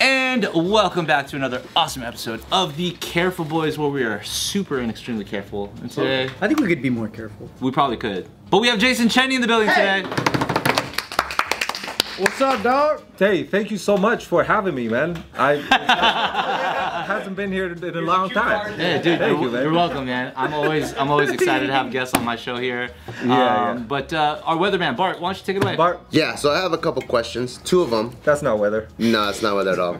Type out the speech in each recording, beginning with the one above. And welcome back to another awesome episode of the Careful Boys, where we are super and extremely careful. And today, I think we could be more careful. we probably could. But we have Jason Cheney in the building today. What's up, dog? Hey, thank you so much for having me, man. I hasn't been here in a long time. Yeah, dude, Thank you're, you, man. you're welcome, man. I'm always, I'm always excited to have guests on my show here. yeah. But uh, our weatherman Bart, why don't you take it away? Bart, Yeah, so I have a couple questions. Two of them. that's not weather. No, it's not with it at all.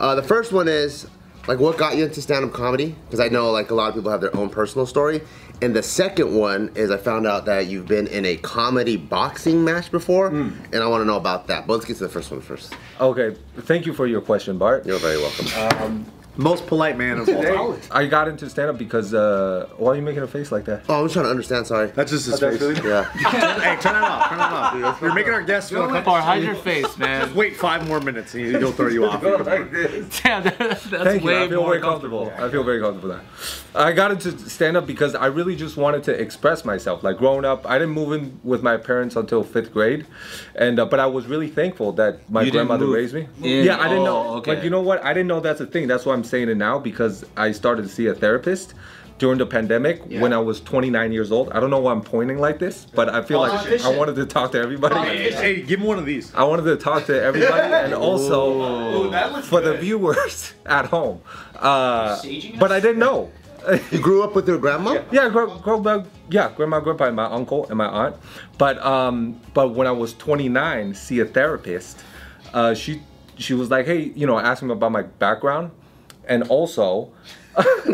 Uh, the first one is, like, what got you into stand-up comedy? Because I know, like, a lot of people have their own personal story. And the second one is, I found out that you've been in a comedy boxing match before, and I want to know about that. But let's get to the first one first. Okay, thank you for your question, Bart. You're very welcome. Most polite man of all. Hey, I got into stand up because uh, why are you making a face like that? oh, I'm trying to understand. Sorry. That's just his Oh, that's face. really- Yeah. hey, turn it off. Turn it off. Dude. You're making our guests feel uncomfortable. Bart, hide your face, man. Wait five more minutes and he'll throw you off. Go like this. Damn, that- that's Thank you. way I feel more very comfortable. I feel very comfortable now. I got into stand up because I really just wanted to express myself. Like growing up, I didn't move in with my parents until fifth grade, and uh, but I was really thankful that my You didn't grandmother move raised me. in- Yeah, I didn't oh, know. okay. Like you know what? I didn't know that's a thing. That's why I'm saying it now because I started to see a therapist. During the pandemic, when I was 29 years old, I don't know why I'm pointing like this, but I feel like I wanted to talk to everybody. Hey, give him one of these. I wanted to talk to everybody and also for the viewers at home. Uh, but I didn't know. You grew up with your grandma? Yeah, grow, grow, grow, yeah, grandma, grandpa, and my uncle and my aunt. But um, but when I was 29, see a therapist. Uh, she she was like, hey, you know, ask me about my background, and also.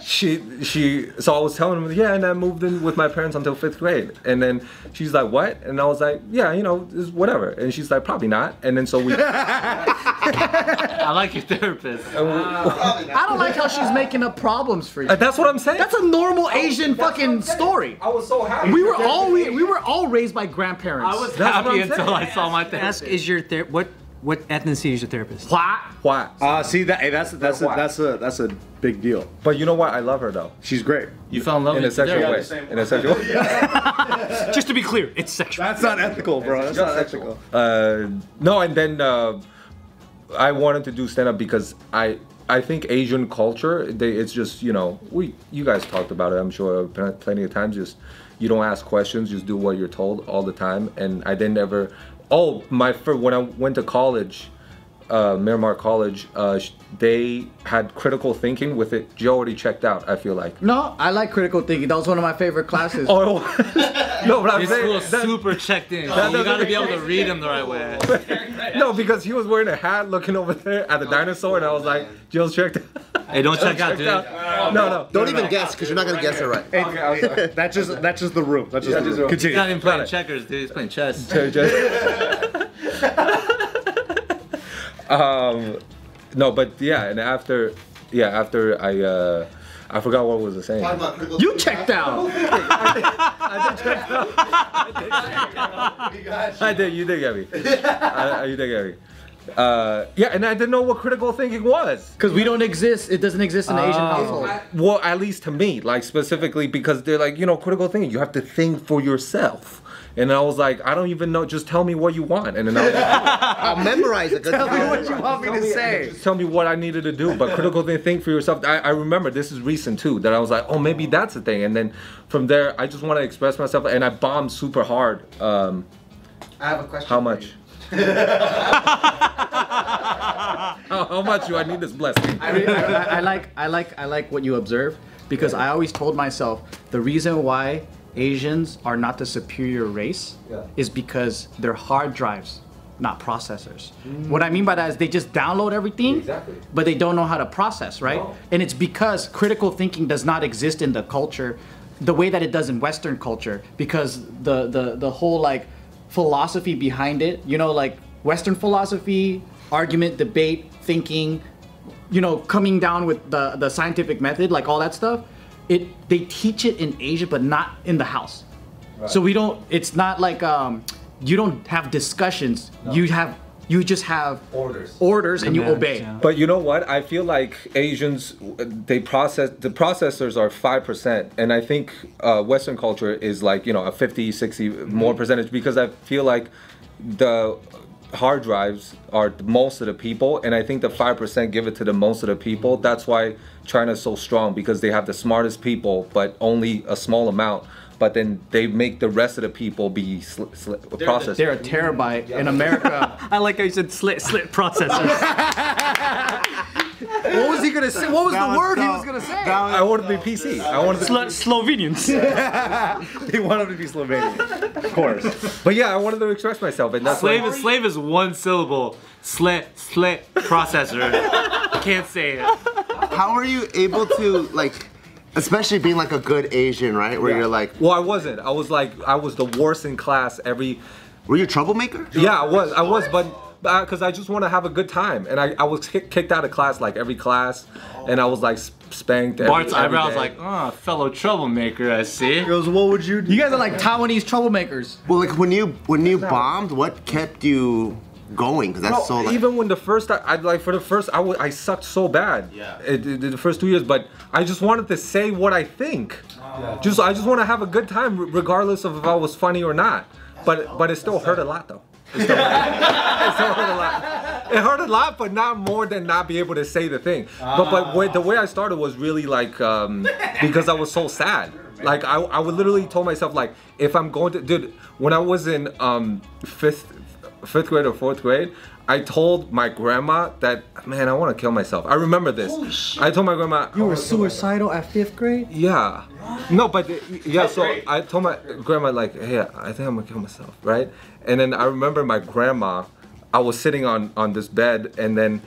she she so I was telling her yeah and I moved in with my parents until fifth grade and then she's like what and I was like yeah you know it's whatever and she's like probably not and then so we I like your therapist. I don't like how she's making up problems for you. Uh, that's what I'm saying That's a Oh, normal Asian fucking story. I was so happy We were all we, we were all raised by grandparents. I was what happy I'm until saying. I saw my therapist. Ask is your ther- what what ethnicity is your therapist? Why? why Uh, see that? Hey, that's that's a, that's a that's a big deal. but you know what I love her though She's great. You fell in love in a with your sexual therapist. way in a sexual way Just to be clear, it's sexual. That's not ethical, bro. That's not ethical. Uh, no, and then uh, I wanted to do stand up because I I think Asian culture they, it's just you know we you guys talked about it I'm sure pl- plenty of times just you don't ask questions just do what you're told all the time and I didn't ever oh my fir- when I went to college uh, Miramar College uh, sh- they had critical thinking with it Joe already checked out I feel like No, I like critical thinking. That was one of my favorite classes. oh no but I'm This saying fool's that- super checked in. that you gotta doesn't be able to read him the right way. no because he was wearing a hat looking over there at the dinosaur and I was like Joe checked out. Hey, don't check out, Checked dude. Oh, out. No, no. Don't even guess, because you're not going to guess it right. Hey, that's just that's just the room. That's just the room. He's not Continue. even playing Got it. checkers, dude. He's playing chess. Don't- just- um, no, but yeah, and after, yeah, after I, uh, I forgot what was I saying. You checked out. I did. You did get me. I, I- you did get me. Uh, yeah, and I didn't know what critical thinking was. Because we don't exist. It doesn't exist Ah. in the Asian household. Well, at least to me, like specifically because they're like, you know, critical thinking. You have to think for yourself. And I was like, I don't even know. Just tell me what you want. And then I was like, I'll memorize it. Tell want me to say? tell me what I needed to do. But critical thing, think for yourself. I, I remember this is recent too that I was like, oh, maybe that's the thing. And then from there, I just want to express myself, and I bombed super hard. Um, I have a question. how for you. much? how, how much do I need this blessing? I, re- I, I like I like I like what you observe because I always told myself the reason why Asians are not the superior race is because they're hard drives, not processors. What I mean by that is they just download everything, Exactly. but they don't know how to process, right? No. And it's because critical thinking does not exist in the culture the way that it does in Western culture because the the the whole like philosophy behind it, you know, like Western philosophy, argument, debate, thinking, you know, coming down with the the scientific method, like all that stuff. It they teach it in Asia, but not in the house. So we don't. It's not like um, you don't have discussions. You have you just have Orders. orders, and you Commands, obey. yeah. But you know what? I feel like Asians, they process the processors are five percent, and I think uh, Western culture is like you know a 50, 60 more percentage because I feel like the hard drives are the most of the people, and I think the five percent give it to the most of the people. That's why China's so strong because they have the smartest people, but only a small amount. But then they make the rest of the people be sl- sl- processed. They're a terabyte in America. I like how you said slit, slit processors. what was he gonna say? What was the word he no, was gonna say? that was- I wanted to be PC. I wanted to. Slo- Slovenians. They wanted to be Slovenian. Of course. But yeah, I wanted to express myself, and that's Slave why. is slave is one syllable. Slit slit processor. Can't say it. How are you able to like, especially being like a good Asian, right? Where you're like, Well, I wasn't. I was like, I was the worst in class every. were you a troublemaker? Yeah, I was. I was, but because I just want to have a good time, and I, I was kick, kicked out of class like every class, and I was like sp- spanked. Every, Bart's every eyebrows day. like, ah, fellow troublemaker, I see. Goes, what would you do? You guys are like Taiwanese troublemakers. Well, like when you when you bombed, what kept you going? Because that's No, so like. even when the first I, I like for the first I wa- I sucked so bad. Yeah. the first two years, but I just wanted to say what I think. Just I just want to have a good time re- regardless of if I was funny or not. But but it still hurt a lot though. It still hurt. It still hurt a lot. It hurt a lot, but not more than not be able to say the thing. But but where, the way I started was really like um, because I was so sad. Like I, I would literally told myself like if I'm going to dude when I was in um, fifth fifth grade or fourth grade, I told my grandma that man, I want to kill myself. I remember this. I told my grandma. You were Suicidal at fifth grade? Yeah. No, but the- yeah. So I told my grandma like, hey, I think I'm gonna kill myself, right? And then I remember my grandma. I was sitting on on this bed, and then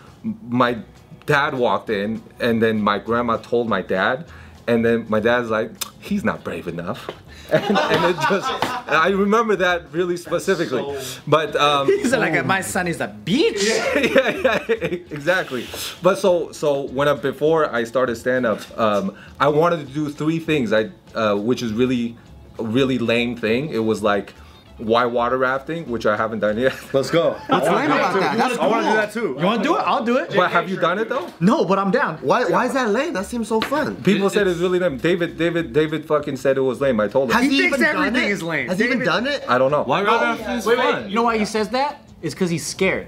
my dad walked in, and then my grandma told my dad, and then my dad's like, he's not brave enough. And, and it just, I remember that really specifically. But um, He's like, my son is a bitch. yeah, yeah, exactly. But so so when I before I started stand up, um, I wanted to do three things. I uh, which is really a really lame thing. It was like why water rafting, which I haven't done yet. Let's go. I Explain about that. That's want to do cool. that too. You wanna do it? I'll do it. but have you done it though? No, but I'm down. Why, why is that lame? That seems so fun. People said it's really lame. David David David fucking said it was lame. I told him. Has he, thinks even done everything it? is lame. Has he even done it? I don't know. Why rather have this fun? You know why he says that? It's because he's scared.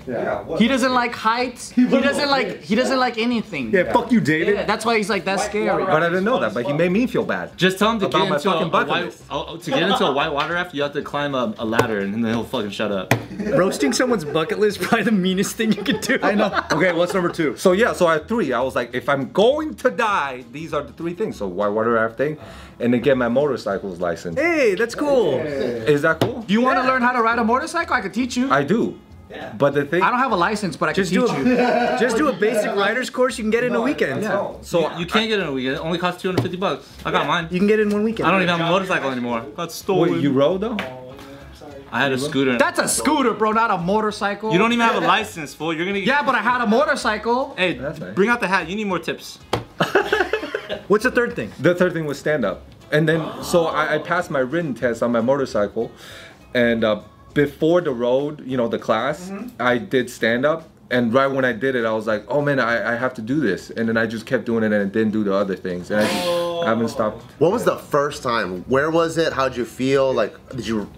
He doesn't like heights. He doesn't like. He doesn't like anything. Yeah, fuck you, David. Yeah, that's why he's like that's scary. But I didn't know that. But he made me feel bad. Just tell him to About get my into a, fucking a bucket white, list. oh, to get into a white water raft. You have to climb a, a ladder, and then he'll fucking shut up. Roasting someone's bucket list is probably the meanest thing you could do. I know. Okay, what's number two? So yeah, so at three, I was like, if I'm going to die, these are the three things. So why water rafting, and then get my motorcycle's license. Hey, that's cool. Is that cool? You want to learn how to ride a motorcycle? I could teach you. I, I do. But the thing. don't have a license, but I can Just teach do you. a just do a basic rider's course. You can get in a weekend. Yeah. So So you, can't get in a weekend. It only costs 250 bucks. I got mine. You can get in one weekend. I don't even have a motorcycle anymore. Got stolen. Wait, you rode though? I had a scooter. and- That's a scooter, bro, not a motorcycle. you don't even have a license, fool. You're gonna. get- Yeah, but I had a motorcycle. Hey, That's right. bring out the hat. You need more tips. What's the third thing? The third thing was stand up, and then so I, I passed my written test on my motorcycle, and uh, before the road, you know, the class, I did stand up, and right when I did it, I was like, oh man, I, I have to do this, and then I just kept doing it and didn't do the other things, and I, just, I haven't stopped. What was the first time? Where was it? How'd you feel? Like, did you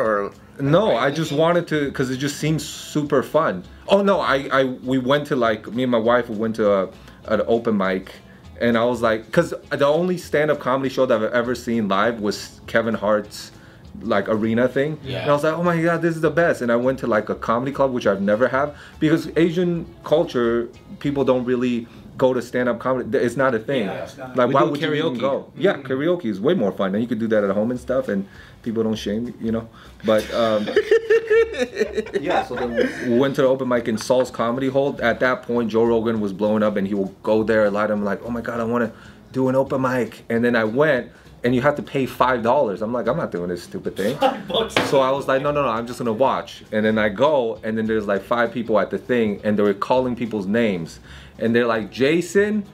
or? No, I just wanted to because it just seems super fun. Oh no, I, I we went to like me and my wife we went to a, an open mic, and I was like, because the only stand up comedy show that I've ever seen live was Kevin Hart's like arena thing, yeah. and I was like, oh my god, this is the best. And I went to like a comedy club which I've never have because Asian culture people don't really go to stand up comedy. It's not a thing. Like We why do would you even karaoke. go? Yeah, karaoke is way more fun, and you could do that at home and stuff, and people don't shame you, you know. But um, yeah, so then we went to the open mic in Saul's Comedy Hall. At that point, Joe Rogan was blowing up, and he will go there a lot. I'm like, oh my god, I want to do an open mic, and then I went. And you have to pay five dollars. I'm like, I'm not doing this stupid thing. So I was like, no, no, no, I'm just gonna watch. And then I go, and then there's like five people at the thing, and they're calling people's names, and they're like, Jason,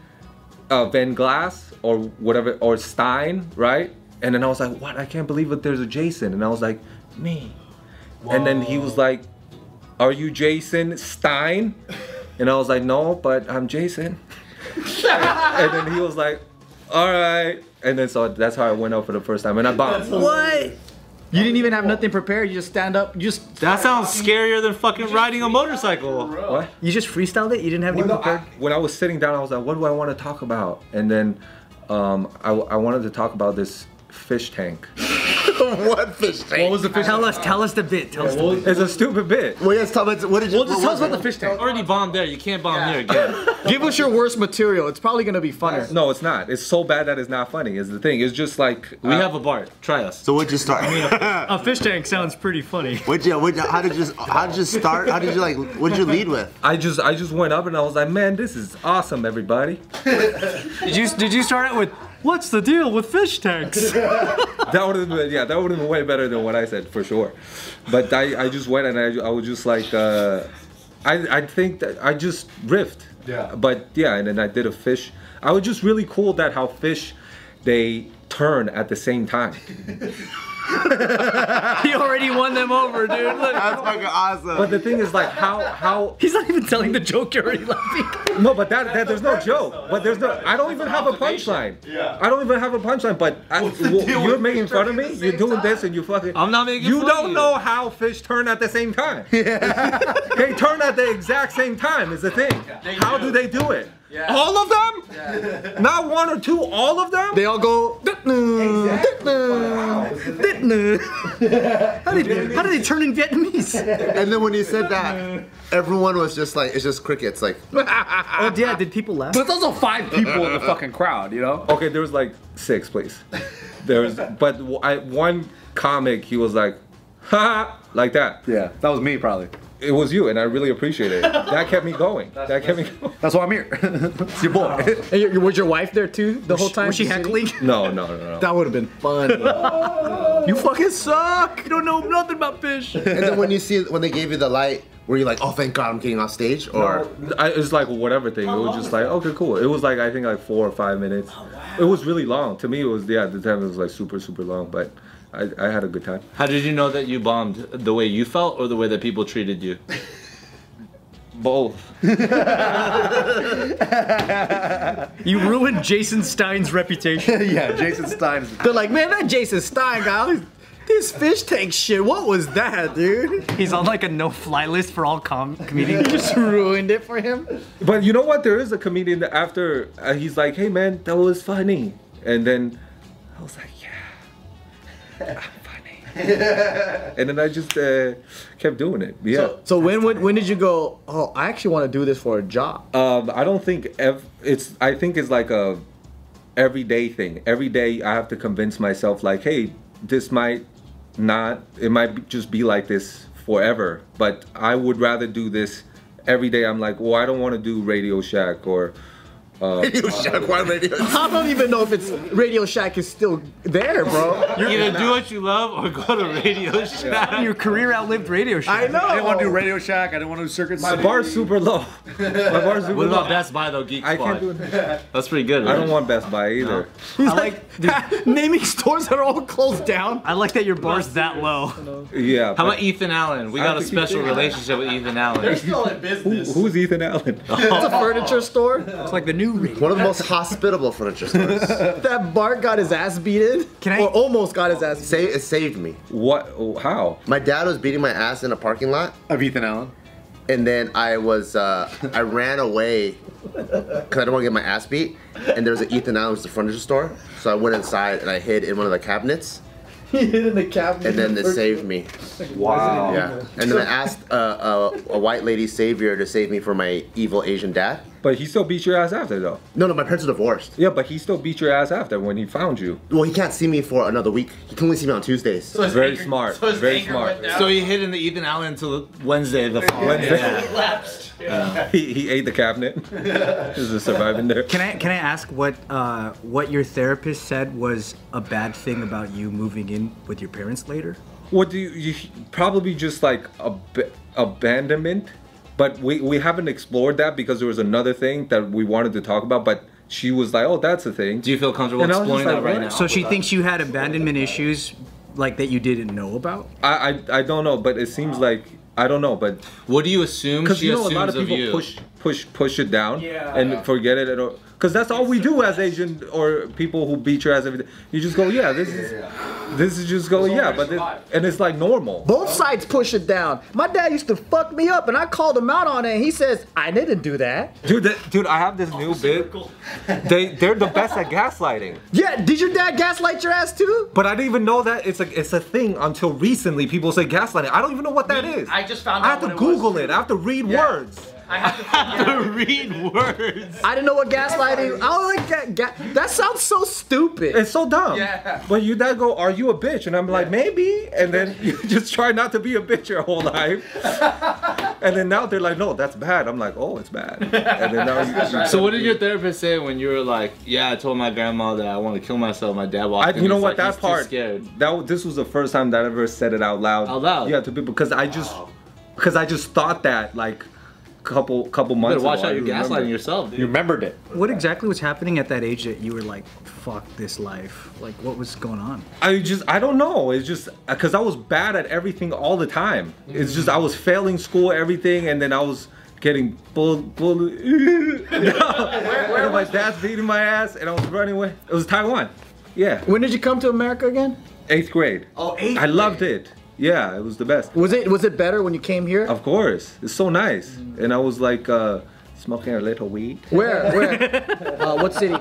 uh, Van Glass or whatever or Stein, right? And then I was like, what? I can't believe that there's a Jason. And I was like, me. And then he was like, are you Jason Stein? And I was like, no, but I'm Jason. and then he was like, all right. And then so that's how I went out for the first time, and I bombed. What? You didn't even have nothing prepared. You just stand up. You just That sounds scarier than fucking riding a motorcycle. What? You just freestyled it. You didn't have any Well, no, prepared. I- when I was sitting down, I was like, what do I want to talk about? And then um, I, I wanted to talk about this fish tank. what fish tank? was the fish Tell us. Tell us the bit. Tell us. The bit. It's a stupid bit. Well, yes, Tom, it's- what did you? Well, just tell us about the fish tank. Already bombed there. You can't bomb there again. give us your worst material. It's probably gonna be funner. No, it's not. It's so bad that it's not funny. Is the thing. It's just like We have a Bart. Try us. So what'd you start? A fish tank sounds pretty funny. What you? What, how did you? How did you start? How did you like? What did you lead with? I just I just went up and I was like, man, this is awesome, everybody. Did you did you start out with what's the deal with fish tanks? That would have been yeah, that would have been way better than what I said for sure. But I, I just went and I, I was just like uh, I I think that I just riffed. Yeah. But yeah, and then I did a fish. I was just really cool that how fish they turn at the same time. he already won them over, dude. Look, That's fucking awesome. But the thing is like how how he's not even telling the joke. You're already laughing. no, but that, that there's no joke. But there's no I don't even have a punchline. Yeah. I don't even have a punchline. But I, well, you're making fun of me. You're doing this and you fucking. I'm not making You fun of don't you. know how fish turn at the same time. they turn at the exact same time. Is the thing. how do. they do it? All of them? Not one or two. All of them? They all go. How did, how did they turn in Vietnamese? and then when you said that, everyone was just like, it's just crickets. Like, Oh yeah, did people laugh? But it's also five people in the fucking crowd. You know. okay, there was like six, please. There was, but w- I, one comic, he was like, ha, like that. Yeah, that was me probably. It was you, and I really appreciate it. That kept me going. that kept me. Going. That's why I'm here. it's your boy. And your- was your wife there too the whole time? Was she heckling? No, no, no, no. That would have been fun. You fucking suck. You don't know nothing about fish. and then when you see when they gave you the light, were you like, oh thank God I'm getting off stage? Or I, it was like whatever thing. It was just like okay, cool. It was like I think like four or five minutes. It was really long. To me, it was yeah. At the time, it was like super super long, but I, I had a good time. How did you know that you bombed? The way you felt or the way that people treated you? Both. You ruined Jason Stein's reputation. yeah, Jason Stein. Is, They're like, man, that Jason Stein guy. all these- This fish tank shit. What was that, dude? He's on like a no-fly list for all com- You comedians. just ruined it for him. But you know what? There is a comedian that after uh, he's like, hey man, that was funny, and then I was like, yeah, I'm funny, and then I just uh, kept doing it. Yeah. So, so when would when did you go? Oh, I actually want to do this for a job. Um, I don't think ev- it's. I think it's like a everyday thing. Every day I have to convince myself, like, hey, this might not. It might be- just be like this forever. But I would rather do this every day. I'm like, well, I don't want to do Radio Shack or. radio shack, why radio? I don't even know if it's Radio Shack is still there, bro. Either do what you love or go to Radio Shack. Your career outlived Radio Shack. I know. I didn't want to do Radio Shack. I didn't want to do Circuit My City. bar's super low. My bar's super What low. about Best Buy though, Geek Squad? I can't do it. That's pretty good. Right? I don't want Best Buy either. He's like, naming stores that are all closed down. I like that your bar's that low. Yeah. How but about Ethan Allen? We got a think special Ethan- relationship with Ethan Allen. who, who's Ethan Allen? It's a furniture store. It's like the new radio. One of the most hospitable furniture stores. That Bart got his ass beaten. Can I- Or almost got his ass. Sa- it saved me. what? How? My dad was beating my ass in a parking lot, of Ethan Allen. and then I was uh, I ran away because I didn't want to get my ass beat. And there was an Ethan Allen, which was the furniture store, so I went inside and I hid in one of the cabinets. He hit in the cabinet. and then they saved me. Wow. Yeah. And then I asked uh, a, a white lady savior to save me from my evil Asian dad. But he still beat your ass after though. No, no, my parents are divorced. Yeah, but he still beat your ass after when he found you. Well, he can't see me for another week. He can only see me on Tuesdays. Very smart. very smart. So he hid in the Ethan Allen until Wednesday of the following. Um, He, he ate the cabinet. Is it surviving there? Can I can I ask what uh, what your therapist said was a bad thing about you moving in with your parents later? What do you, you probably just like ab- abandonment? But we we haven't explored that because there was another thing that we wanted to talk about. But she was like, "Oh, that's a thing." Do you feel comfortable And I was just exploring that like, right what? now? So she thinks you had abandonment issues like that you didn't know about. I, I I don't know, but it seems like I don't know, but what do you assume because she you know a lot assumes of of people you? push push push it down Yeah. and forget it at all. Because that's all we do as Asian or people who beat your ass every day. You just go, yeah, this is this is just go, There's no yeah, way to but this, survive. and it's like normal. Both sides push it down. My dad used to fuck me up, and I called him out on it. And he says I didn't do that. Dude, that, dude, I have this new bit. They they're the best at gaslighting. Yeah, did your dad gaslight your ass too? But I didn't even know that it's a it's a thing until recently. People say gaslighting. I don't even know what that Me, is. I just found I out have to what it was, Google too. it. I have to read Yeah. words. I have to. To read words. I didn't know what gaslighting. I was like that. Ga- that sounds so stupid. It's so dumb. Yeah. But you that go, are you a bitch? And I'm like, maybe. And then you just try not to be a bitch your whole life. and then now they're like, no, that's bad. I'm like, oh, it's bad. And then now you, So what did your therapist say when you were like, yeah, I told my grandma that I want to kill myself. My dad walked I, in. you know he's what? like, that "He's too part. Scared. That w- this was the first time that I ever said it out loud. Out loud? Yeah, to people because I just because I just thought that like couple couple You months. better watch ago. I out. You're remember. gaslighting yourself, dude. You remembered it. What exactly was happening at that age that you were like, fuck this life? Like, what was going on? I just I don't know. It's just because I was bad at everything all the time. It's just I was Mm-hmm. failing school, everything, and then I was getting bullied. Bull- and my dad's beating my ass, and I was running away. It was Taiwan. Yeah, When did you come to America again? eighth grade. Oh, eighth I loved it. Yeah, it was the best. Was it was it better when you came here? Of course, it's so nice. And I was like uh, smoking a little weed. Where where? uh, what city?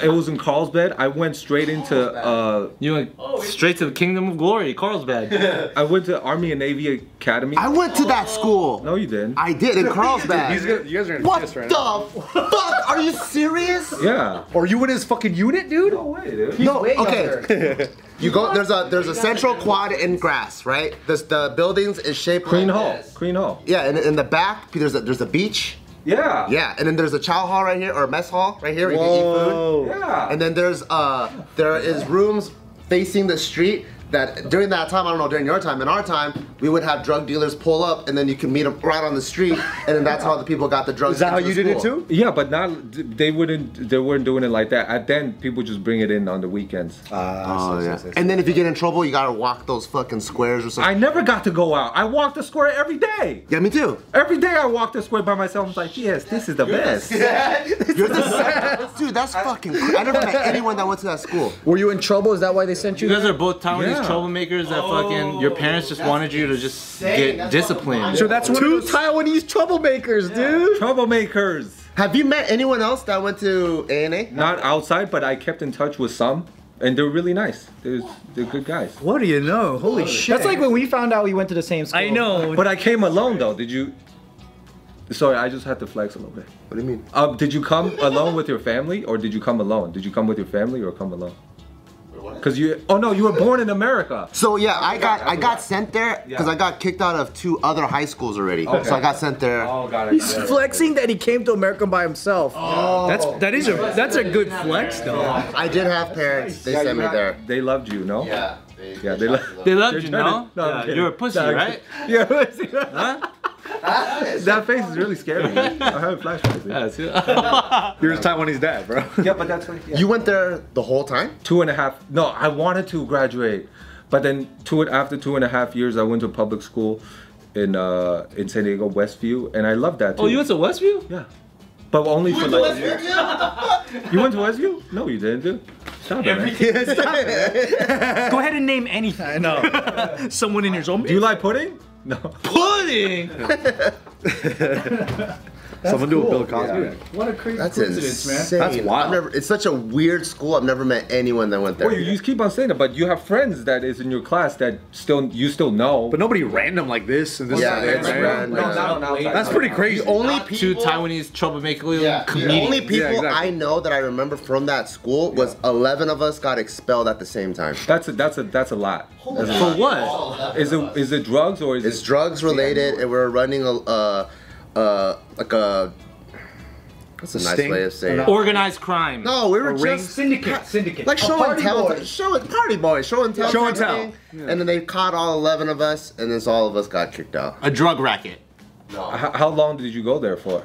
It was in Carlsbad. I went straight into uh, You went straight to the kingdom of glory, Carlsbad. I went to Army and Navy Academy. I went to that school. no, you didn't. I did in He's Carlsbad. gonna, you guys are gonna What kiss right the fuck? Are you serious? yeah. Oh, Are you in his fucking unit, dude? No way, dude. No, okay. you go. There's a there's a central quad in grass, right? This the buildings is shaped. Green like Hall. this. Green Hall. Yeah, and in the back there's a there's a beach. Yeah. Yeah, and then there's a chow hall right here or a mess hall right here. where You can eat food. Yeah. And then there's uh there is rooms facing the street that during that time, I don't know, during your time, in our time, we would have drug dealers pull up and then you could meet them right on the street and then that's how the people got the drugs. Is that how into you the did it school. too? yeah, but not they wouldn't they weren't doing it like that. At then people just bring it in on the weekends. Oh, yeah. And then if you get in trouble, you gotta walk those fucking squares or something. I never got to go out. I walked the square every day. yeah, me too. Every day I walked the square by myself. I was like, yes, this is the best. You're the same. Dude, that's fucking cra- I never met anyone that went to that school. Were you in trouble? Is that why they sent you? You guys are both Taiwanese Yeah. troublemakers that fucking your parents just wanted you to just get disciplined. so that's two Taiwanese troublemakers, dude. Troublemakers. Have you met anyone else that went to A and A? Not outside, but I kept in touch with some, and they're really nice. They're, they're good guys. What do you know? Holy shit. That's like when we found out we went to the same school. I know. But I came alone though. Did you? Sorry, I just had to flex a little bit. What do you mean? Um, did you come alone with your family, or did you come alone? Did you come with your family, or come alone? Because you, oh no, you were born in America. So yeah, I got I got sent there because I got kicked out of two other high schools already. So I Oh, got sent there. god, He's flexing that he came to America by himself. that's that is a that's a good flex though. I did have parents. They sent me there. They loved you, no? Yeah. They, Yeah, they loved. they loved you, They're no? trying to- no, I'm Yeah, kidding. you're a pussy, No, I'm right? Yeah. pussy. that face is really scary. man. I heard flashbacks. Yeah, Yeah. see- You're his Taiwanese dad, bro. but that's what, yeah. You went there the whole time? two and a half. No, I wanted to graduate, but then two after two and a half years, I went to public school in uh in San Diego Westview, and I loved that. Too. oh, you went to Westview? Yeah. But only for like. You went to Westview? No, you didn't, dude. Stop it, man. Do Go ahead and name anything. I know. Someone in your zombie. you like pudding? No. Pudding! Someone do a Bill Cosby. act. What a crazy That's coincidence, man. insane. That's wild. I've never, it's such a weird school. I've never met anyone that went there. Well, you, you keep on saying that, but you have friends that is in your class that still you still know. But nobody random like this and this. Yeah, and that, it's right? random. No, not on outside. That's pretty crazy. the only Two people, Taiwanese troublemaker yeah, the comedians. only people exactly. I know that I remember from that school was 11 of us got expelled at the same time. That's a that's a that's a lot. That's a For lot. what? Is it is it drugs or is It's it? drugs related, and we're running a uh, uh, like a what's a nice Sting? way of saying it? Organized crime. No, we were ring? just Syndicate, syndicate. like show and party tell, boy. show and party boy, show and tell, Show and tell. thing. And then they caught all eleven of us, and then all of us got kicked out. A drug racket. How, how long did you go there for?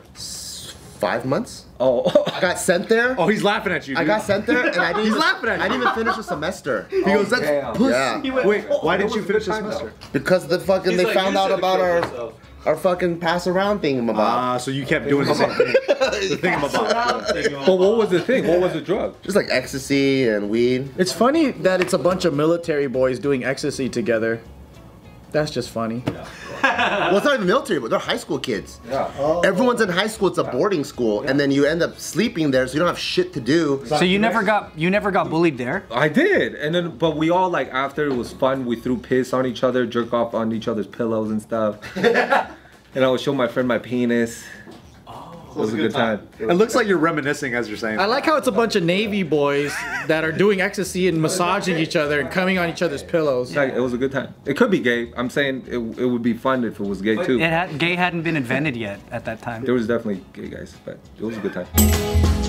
Five months. Oh, I got sent there. Oh, he's laughing at you. Dude. I got sent there, and I didn't. He's laughing at I didn't even finish a semester. He goes, that's damn. pussy. Yeah, Wait, why didn't you finish this semester? because the fucking they found out about our our fucking pass around thingamabob. Ah, so you kept doing the same thing. The thingamabob. But what was the thing? What was the drug? Just like ecstasy and weed. It's funny that it's a bunch of military boys doing ecstasy together. That's just funny. Well, it's not even military, but they're high school kids. Yeah. Oh. Everyone's in high school. It's a boarding school, and then you end up sleeping there, so you don't have shit to do. So you never got you never got bullied there. I did, and then but we all like after it was fun. We threw piss on each other, jerk off on each other's pillows and stuff. and I would show my friend my penis. Oh, it was a good time. It looks like you're reminiscing as you're saying. I like how it's a bunch of Navy boys that are doing ecstasy and massaging each other and coming on each other's pillows. Like, it was a good time. It could be gay. I'm saying it, it would be fun if it was gay too. It had, gay hadn't been invented yet at that time. There was definitely gay guys, but it was a good time.